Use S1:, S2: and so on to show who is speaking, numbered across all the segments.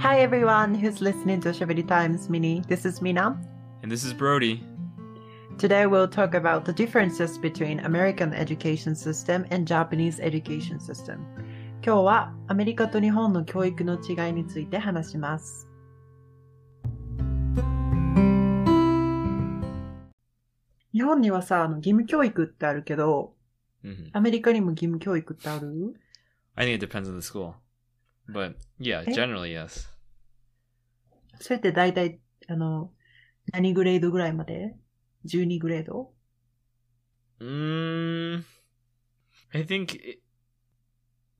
S1: Hi everyone who's listening to Shabiri Times Mini. This is Mina.
S2: And this is Brody.
S1: Today we'll talk about the differences between American education system and Japanese education system. 今日はアメリカと日本の教育の違いについて話します。日本にはさ、あの義務教育ってあるけど、
S2: hmm
S1: アメリカにも義務教育ってある
S2: I think it depends on the school. But yeah,
S1: Eh?
S2: generally, yes.
S1: それって大体、あの、何グレードぐらいまで ?12 グレード
S2: Mm, I think it,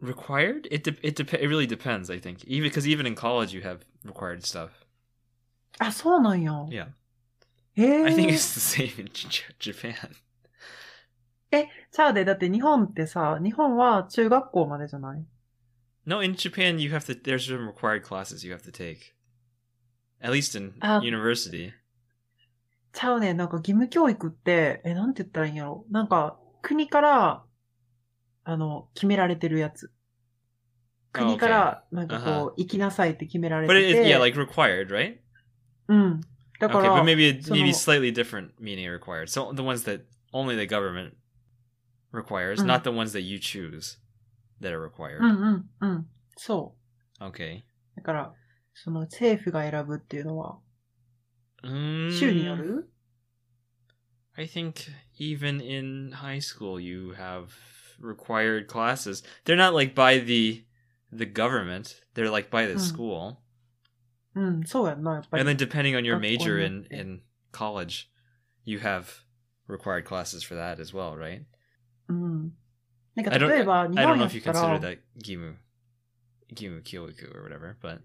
S2: required? It, de- it, dep it really depends, I think. Even Because even in college, you have required stuff.
S1: あ、そうなんや。
S2: Yeah.
S1: へえ。
S2: I think it's the same in J- J- Japan.
S1: ちゃうで、だって日本ってさ、日本は中学校までじゃない
S2: No, in Japan, you have to, there's some required classes you have to take. At least in
S1: Oh.
S2: university.
S1: ちゃうね、なんか義務教育って、え、なんて言ったらいいんやろなんか、国から、あの、決められてるやつ。国から、なんかこう、行きなさいって決められ
S2: But
S1: て
S2: it,
S1: て。
S2: yeah, like required, right?
S1: うん。だ
S2: Okay,
S1: から、
S2: but maybe it, maybe
S1: その-
S2: slightly different meaning required. So the ones that only the government requires,
S1: Mm.
S2: not the ones that you choose that are required.
S1: うんうんうん。そ
S2: Okay.
S1: う。だから、その政府が選ぶっていうのは、
S2: Mm,
S1: 州による、
S2: I think even in high school you have required classes. They're not like by the the government. They're like by the
S1: Mm.
S2: school.
S1: うん、そうやんな、やっぱり。
S2: And then depending on your
S1: Of
S2: major in
S1: course.
S2: in college, you have required classes for that as well, right?
S1: うん。なんか
S2: I don't-
S1: 例えば、日
S2: I don't
S1: 本
S2: know
S1: やっ
S2: if you
S1: た
S2: consider
S1: ら、
S2: that Gimu Gimu Kyoku or whatever, but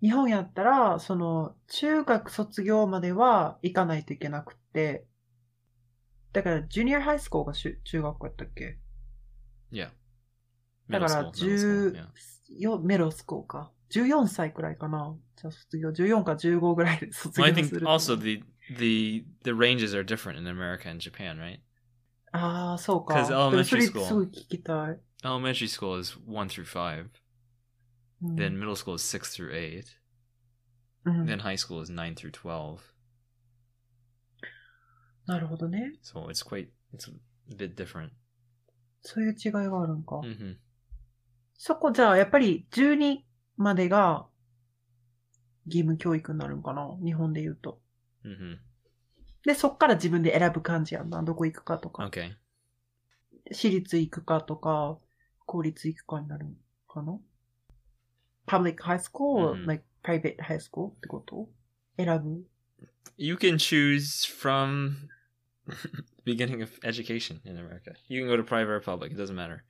S1: 日本やったら、その、中学卒業までは行かないといけなくて、だから、ジュニアハイスコールがしゅ中学校やったっけ
S2: yeah.
S1: だから、
S2: middle school,
S1: 10、よメロスコーか。14歳くらいかな。じゃあ卒業、14か15ぐらいで卒業
S2: Well, I
S1: する
S2: think
S1: と思う。
S2: also the the the ranges are different in America and Japan, right?
S1: ああ、そうか。
S2: 'Cause
S1: でもそ
S2: elementary
S1: れ
S2: school
S1: すごい聞きたい。
S2: Elementary school is one through five.
S1: うん
S2: Then middle school is six through eight.
S1: うん
S2: Then high school is nine through twelve.
S1: なるほどね。
S2: So it's quite it's a bit different.
S1: そういう違いがあるんか。
S2: hmm
S1: そこじゃあ、やっぱり12までが義務教育になるんかな日本で言うと。
S2: hmm
S1: で、そっから自分で選ぶ感じやんな。どこ行くかとか。
S2: Okay.
S1: 私立行くかとか、公立行くかになるんかな ?public high school
S2: う
S1: or
S2: ん
S1: like private high school ってこと選ぶ
S2: You can choose from beginning of education in America. You can go to private or public. It doesn't matter.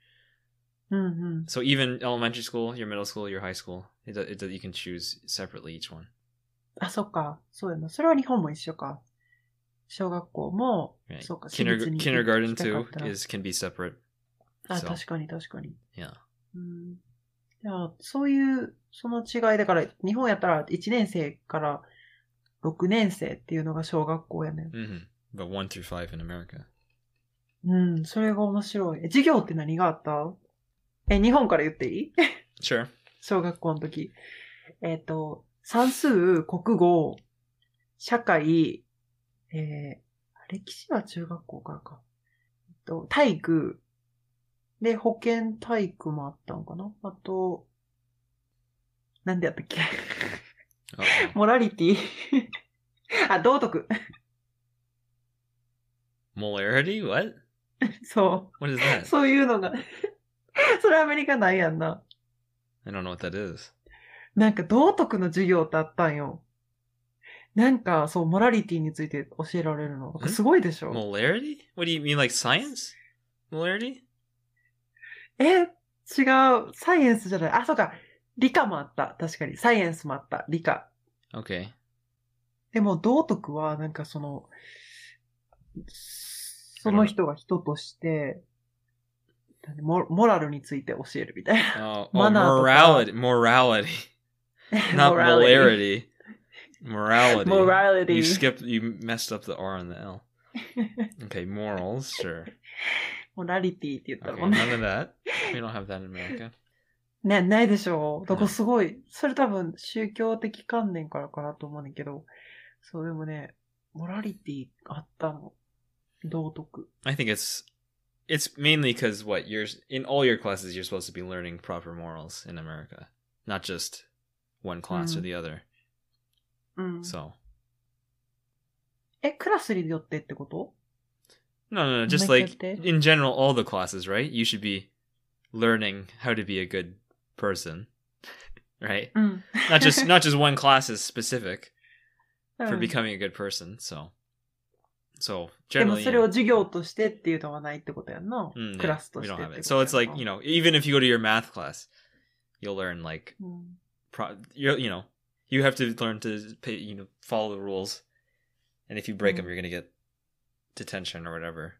S1: うんうん。
S2: So even elementary school, your middle school, your high school, it, do- it, do- you can choose separately each one.
S1: あ、そっか。そうやな。それは日本も一緒か。小学校も、
S2: Right.
S1: そうか。私
S2: Kinder-
S1: 立に行き
S2: kindergarten
S1: たかっ
S2: too
S1: たら
S2: is can be separate.
S1: あ、
S2: so,
S1: 確かに確かに。
S2: yeah.
S1: うんいや、そういう、その違い、だから、日本やったら1年生から6年生っていうのが小学校やねん。
S2: hmm But one through five in America.
S1: うん、それが面白い。え授業って何があったえ、日本から言ってい い
S2: Sure.
S1: 小学校の時。えっ、と、算数、国語、社会、えー、歴史は中学校からか。えっと、体育、で、保健体育もあったのかなあと、なんでやったっけ
S2: Uh-oh.
S1: モラリティ あ、道徳。
S2: Molarity? What?
S1: そ
S2: What is
S1: う。
S2: that?
S1: そういうのが。それアメリカないやんな。
S2: I don't know what that is.
S1: なんか道徳の授業ってあったんよ。なんか、そう、モラリティについて教えられるの。
S2: ん
S1: すごいでしょ
S2: Molarity? What do you mean, like science? Molarity?
S1: え、違う。サイエンスじゃない。あ、そうか。理科もあった。確かに。サイエンスもあった。理科。
S2: Okay.
S1: でも、道徳は、なんかその、その人が人として、なんでモモラルについて教えるみたい
S2: Oh, oh
S1: Mana to-
S2: morality.
S1: な。モ
S2: Morality. Not molarity. Morality.
S1: ラリテ
S2: You
S1: ィ。
S2: skipped, you messed up the R and the L. Okay, morals, sure.
S1: モラリティって言った
S2: Okay,
S1: もんね。
S2: none of that. We don't have that in America.
S1: ね、ないでしょう。だからすごい、それ多分宗教的観念からかなと思うんだけど、そうでもね、モラリティあったの。道徳。
S2: I think it's it's mainly because what you're in all your classes you're supposed to be learning proper morals in America, not just one class or
S1: Mm.
S2: the other.
S1: うん。
S2: So
S1: え、クラスによってってこと
S2: no, no, no, just
S1: Like
S2: like
S1: that day?
S2: in general, all the classes, right? You should be learning how to be a good person, right?
S1: うん。
S2: Not just not just one class is specific
S1: う
S2: for
S1: ん
S2: becoming a good person. So so
S1: でも
S2: generally,
S1: それを授業としてっていうのはないってことやんな。
S2: Mm,
S1: ク
S2: yeah,
S1: ラスと
S2: we
S1: して
S2: don't
S1: っ
S2: have
S1: て
S2: it.
S1: こ
S2: So
S1: とやん
S2: it's
S1: な
S2: like you know, even if you go to your math class, you'll learn like
S1: うん。
S2: pro- you you know you have to learn to pay you know follow the rules, and if you break
S1: Mhm.
S2: them, you're gonna get detention or whatever.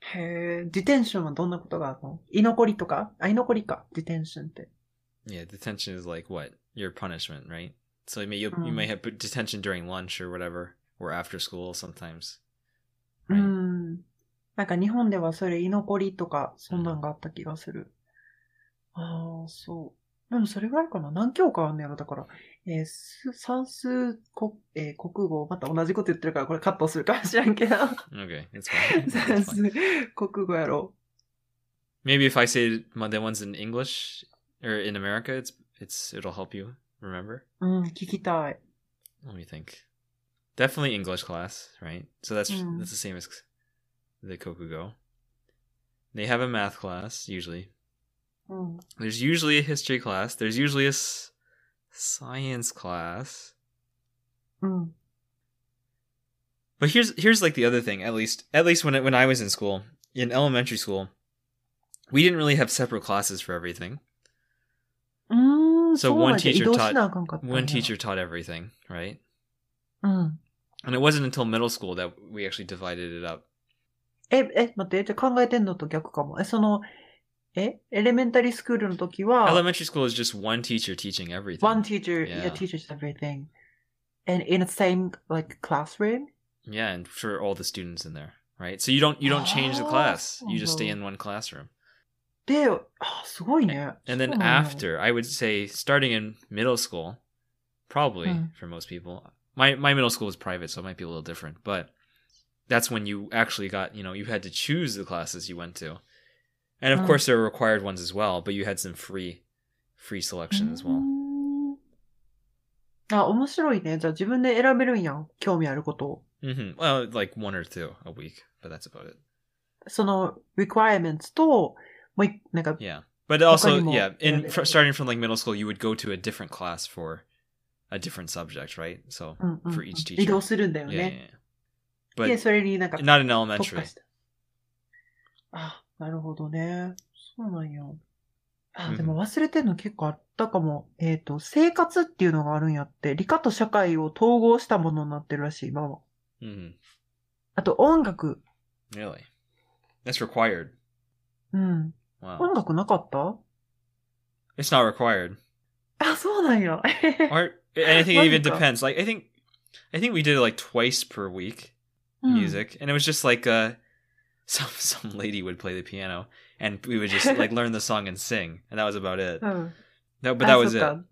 S1: へえ、ディテンションはどんなことがあるの居残りとかあ、居残りか。ディテンションって。
S2: Yeah, detention is like what your punishment, right? So you may you, you may have put detention during lunch or whatever, or after school sometimes.
S1: う
S2: Right?
S1: ん。なんか日本ではそれ居残りとか、そんなんがあった気がする。ああ、そう。でもそれぐらいかな。何教科あんねやろ、だから。えーす算数、国、えー国語、また同じこと言ってるから、これカットするかもしれんけど。
S2: Okay, that's fine. That's
S1: 算
S2: fine.
S1: 数、国語やろ。
S2: Maybe if I say my- the ones in English or in America, it's it's it'll help you remember.
S1: うん、聞きたい。
S2: Let me think. Definitely English class, right? So that's
S1: Mm.
S2: that's the same as the Kokugo. They have a math class usually.
S1: うん。
S2: There's usually a history class. There's usually a s- science class.
S1: うん。
S2: But here's here's like the other thing. At least at least when I- when I was in school in elementary school, we didn't really have separate classes for everything.
S1: うーん、
S2: So
S1: そうなんや
S2: one teacher
S1: 移動しなあかんかったんや
S2: One teacher taught everything, right?
S1: うん。
S2: And it wasn't until middle school that we actually divided it up.
S1: え、え、待って、じゃあ考えてんのと逆かも。え、その、え、エレメンタリースクールの時は、
S2: Elementary school is just one teacher teaching everything.
S1: Oh. one teacher, yeah.
S2: Yeah.
S1: teaches everything. And in the same, like, classroom?
S2: Yeah, and for all the students in there, right? So you don't you don't change the class. You just stay
S1: Oh.
S2: in one classroom.
S1: で、あ、すごいね。
S2: And
S1: そ
S2: then
S1: うなんや
S2: after, I would say starting in middle school, probably
S1: Mm.
S2: for most people. My my middle school was private, so it might be a little different, but that's when you actually got, you know, you had to choose the classes you went to. And of
S1: Mm.
S2: course there were required ones as well, but you had some free free selection as
S1: う
S2: well.
S1: ーんあ、面白いね。じゃあ自分で選べるんやん。興味あることを。
S2: hmm Well, like one or two a week, but that's about it.
S1: その、requirements と、もうい、なんか、
S2: Yeah, but also
S1: anymore.
S2: yeah,
S1: Yeah,
S2: in
S1: they-
S2: fr- starting from like middle school, you would go to a different class for a different subject, right? So
S1: うんうんうん
S2: for each teacher.
S1: 移動するんだよ
S2: yeah, yeah,
S1: ね。
S2: yeah. but
S1: で、それになんか、
S2: not in
S1: 特
S2: elementary.
S1: 化した。あ、なるほどね。そうなんや。あ、でも忘れてんの結構あったかも。えっ、と、生活っていうのがあるんやって、理科と社会を統合したものになってるらしい、今は。
S2: hmm
S1: あと、音楽。
S2: Really, that's required.
S1: うん。音
S2: Wow,
S1: 楽なかった
S2: it's not required.
S1: あ、そうなんや。
S2: Art, and I think it
S1: Why
S2: even
S1: not?
S2: depends. Like I think, I think we did it like twice per week
S1: うん
S2: music, and it was just like uh, some some lady would play the piano, and we would just like learn the song and sing, and that was about it.
S1: うん。
S2: No, but that
S1: あ
S2: was
S1: そ
S2: it.
S1: っか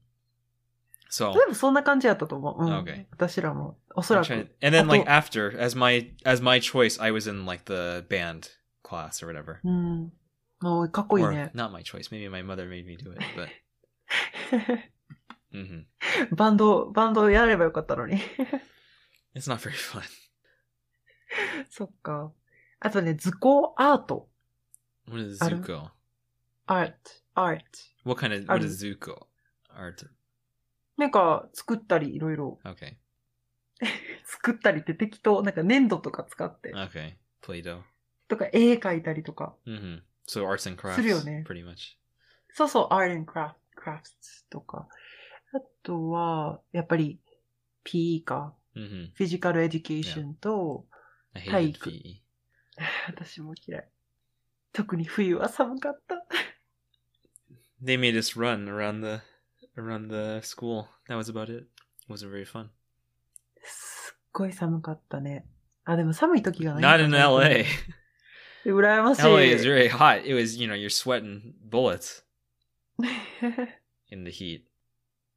S2: So
S1: 多分そんな感じやったと思う。うん。
S2: Okay.
S1: 私らも。おそら
S2: I'm
S1: く。
S2: trying- and then like
S1: Although-
S2: after as my as my choice i was in like the band class or whatever
S1: うん。もう、かっこいい
S2: or
S1: ね。
S2: not my choice maybe my mother made me do it but hmm
S1: バンド、バンドやればよかったのに。
S2: it's not very fun
S1: そっか。あとね、図工アート。
S2: what is
S1: I don't-
S2: zuko
S1: アート、アート。
S2: what kind of
S1: I
S2: what is zuko art
S1: なんか、作ったり、いろいろ。
S2: okay
S1: 作ったりって適当。なんか、粘土とか使って。
S2: okay play-doh
S1: とか、絵描いたりとか。
S2: hmm so arts and crafts
S1: するよね。
S2: pretty much
S1: そうそう、アーレンクラフト、クラフトとか。あとは、やっぱり、PE か。
S2: hmm
S1: フィジカルエデュケーションと、
S2: i hated E.
S1: Haiku.
S2: pe
S1: 私も嫌い。特に冬は寒かった。
S2: they made us run around the around the school that was about it wasn't very fun
S1: すっごい寒かったね。あ、でも寒い時がない。
S2: not in la
S1: 羨ましい。
S2: la is very hot it was you know you're sweating bullets in the heat.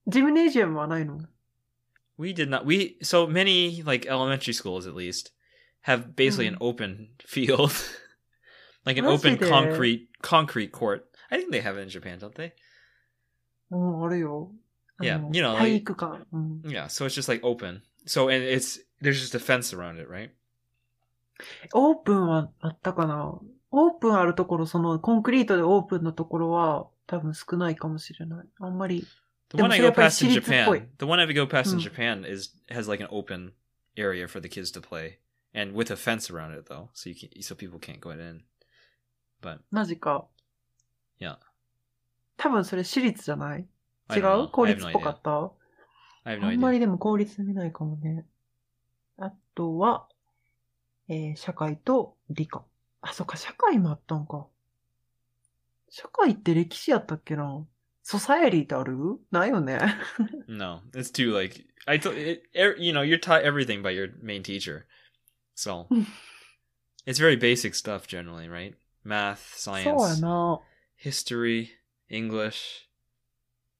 S1: ジムネジアムはないの
S2: We did not. We so many like elementary schools at least have basically
S1: Mhm.
S2: an open field, like an
S1: What is
S2: open
S1: it there?
S2: concrete concrete court. I think they have it in Japan, don't they?
S1: うん、あるよ。あ
S2: Yeah,
S1: の
S2: you know, like-
S1: 体育館。うん、
S2: Yeah. So it's just like open. So and it's there's just a fence around it, right?
S1: オープンはあったかなオープンあるところ、そのコンクリートでオープンのところは多分少ないかもしれない。あんまり。
S2: The
S1: Then
S2: one I
S1: should
S2: go
S1: I play
S2: past in
S1: Shirizu Poi?
S2: Japan, the one I go past
S1: Hmm.
S2: in Japan is has like an open area for the kids to play, and with a fence around it though, so you can so people can't go in. But
S1: マジか。
S2: いや。
S1: 多分それ私立じゃない
S2: I
S1: 違
S2: don't know.
S1: う公
S2: I have
S1: 立
S2: no
S1: っぽか
S2: idea.
S1: った
S2: I have no
S1: あんまり
S2: idea.
S1: でも公立見ないかもね。あとは、えー社会と理科。あ、そっか、社会もあったんか。社会って歴史やったっけなソサエリーってあるないよね。
S2: No, it's too like I told it, er, you know you're taught everything by your main teacher, so it's very basic stuff generally, right? Math,
S1: そうや
S2: science,
S1: な。
S2: history, English.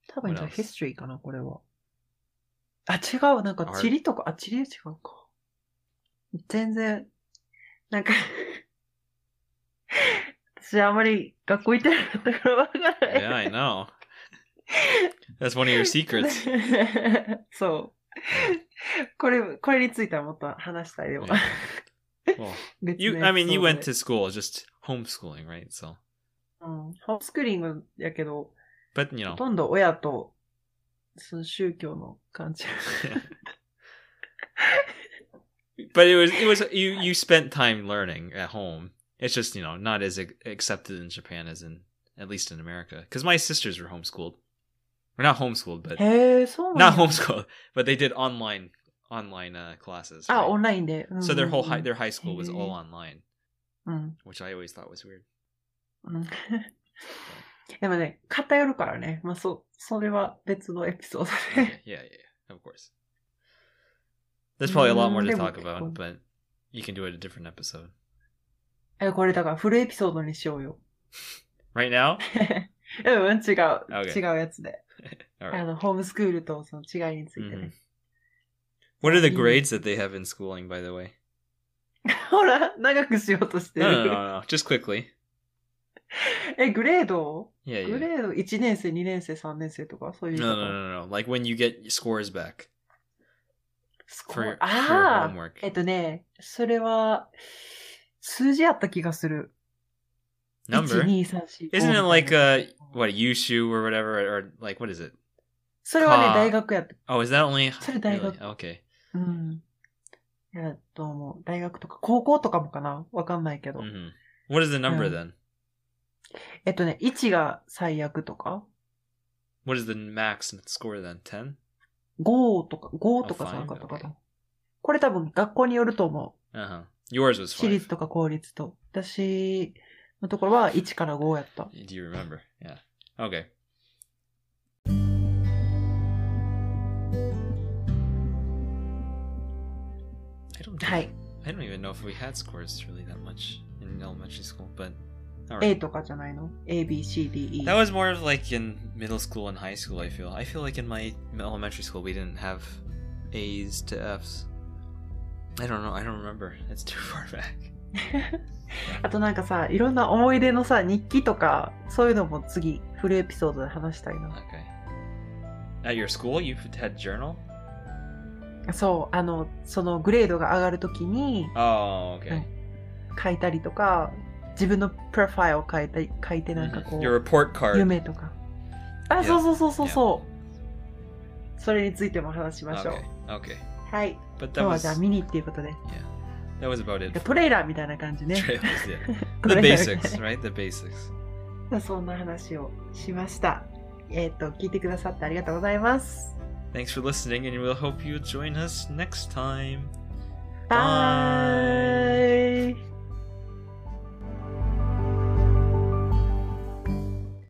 S1: 多分じゃあ
S2: What else?
S1: ヒストリーかな、これは。あ、違う。なんか
S2: Art
S1: 地理とか、あ、地理違うか。全然、なんか、私あんまり学校行ってなかったからわからない。
S2: Yeah, I know. That's one of your secrets.
S1: そう。これ、これについてはもっと話したいよ。
S2: Yeah. Well,
S1: 別の
S2: you, I mean,
S1: エ
S2: you went
S1: ピ
S2: to school, just homeschooling, right?
S1: ソード
S2: So,
S1: でうん、ホームスクリーニングやけど、
S2: but you
S1: ほ
S2: know,
S1: とんど親と、その宗教の感 じ。
S2: but it was it was you you spent time learning at home. It's just you know not as ac- accepted in Japan as in at least in America. Because my sisters were homeschooled. We're not homeschooled, but
S1: へえ、そうな
S2: not
S1: んや
S2: homeschooled, but they did online online uh, classes.
S1: あ、
S2: right?
S1: オンラインで。うん
S2: So their whole high their high school was all
S1: Mhm.
S2: online,
S1: うん。
S2: which I always thought was weird.
S1: うん でもね、偏るからね。まあ、そう、それは別のエピソード
S2: yeah,
S1: で。
S2: yeah, yeah, of course. There's probably a lot more to
S1: Mm,
S2: talk
S1: okay,
S2: about,
S1: cool.
S2: but you can do it a different episode.
S1: え、これだからフルエピソードにしようよ。
S2: Right now,
S1: うん、違う。
S2: Okay.
S1: 違うやつで。
S2: all
S1: あ
S2: right.
S1: の、ホームスクールとその違いについてね。
S2: What are the
S1: Mm.
S2: grades that they have in schooling, by the way?
S1: ほら、長くしようとして
S2: No, no, no,
S1: る。
S2: no, no. Just quickly.
S1: え、グレード
S2: Yeah,
S1: グ
S2: yeah.
S1: レード1年生、2年生、3年生とかそういう
S2: No,
S1: こと
S2: no, no, no. Like when you get scores back
S1: スコ
S2: for,
S1: ア
S2: your- for your
S1: ああ
S2: homework.
S1: えっとね、それは、数字あった気がする。
S2: Number?
S1: 1 2 3 4 5
S2: Isn't it like
S1: みたい
S2: uh
S1: な
S2: what Yushu or whatever or like what is it?
S1: それはね、
S2: か
S1: 大学やった。
S2: Oh, is that only
S1: それ大学
S2: really? okay?
S1: うん。やと思う。大学とか、高校とかもかなわかんないけど。
S2: hmm What is the number
S1: Yeah.
S2: then?
S1: えっとね、1が最悪とか、
S2: What is the max score then? Ten?
S1: 5とか、5とか
S2: あ
S1: 3かとか
S2: ファイン
S1: な。これ多分学校によると思う。
S2: Uh huh. Yours was
S1: 私
S2: five.
S1: 立とか公立と。私のところは1から5やった。
S2: Do you remember? Yeah. Okay.
S1: はい。
S2: I don't even know if we had scores really that much in elementary school, but all
S1: A
S2: right.
S1: とかじゃないの ?A, B, C, D, E
S2: That。was more of like in middle school and high school. I feel. I feel like in my elementary school we didn't have A's to F's. I don't know. I don't remember. It's too far back.
S1: あとなんかさ、いろんな思い出のさ、日記とか、そういうのも次、フルエピソードで話したいな。
S2: Okay. At your school, you had journal.
S1: そう、あの、そのグレードが上がるときに
S2: Oh, okay.
S1: 書いたりとか、自分のプロファイルを書いたり、書いてなんか
S2: Mhm.
S1: こ
S2: Your
S1: う、
S2: report card.
S1: 夢とか。あ、
S2: Yeah.
S1: そうそうそうそうそう。それについても話しましょう
S2: Okay.。Okay.
S1: はい。今
S2: But Oh,
S1: 日
S2: that
S1: は
S2: was
S1: じゃあ見にっていうことで。
S2: that was about it.
S1: トレーラーみたいな感じね。
S2: Trails, yeah.
S1: ト
S2: The
S1: レーラーみたいな
S2: basics, right? The basics.
S1: そんな話をしました。えっ、と、聞いてくださってありがとうございます。
S2: Thanks for listening, and we'll hope you join us next time.
S1: バイ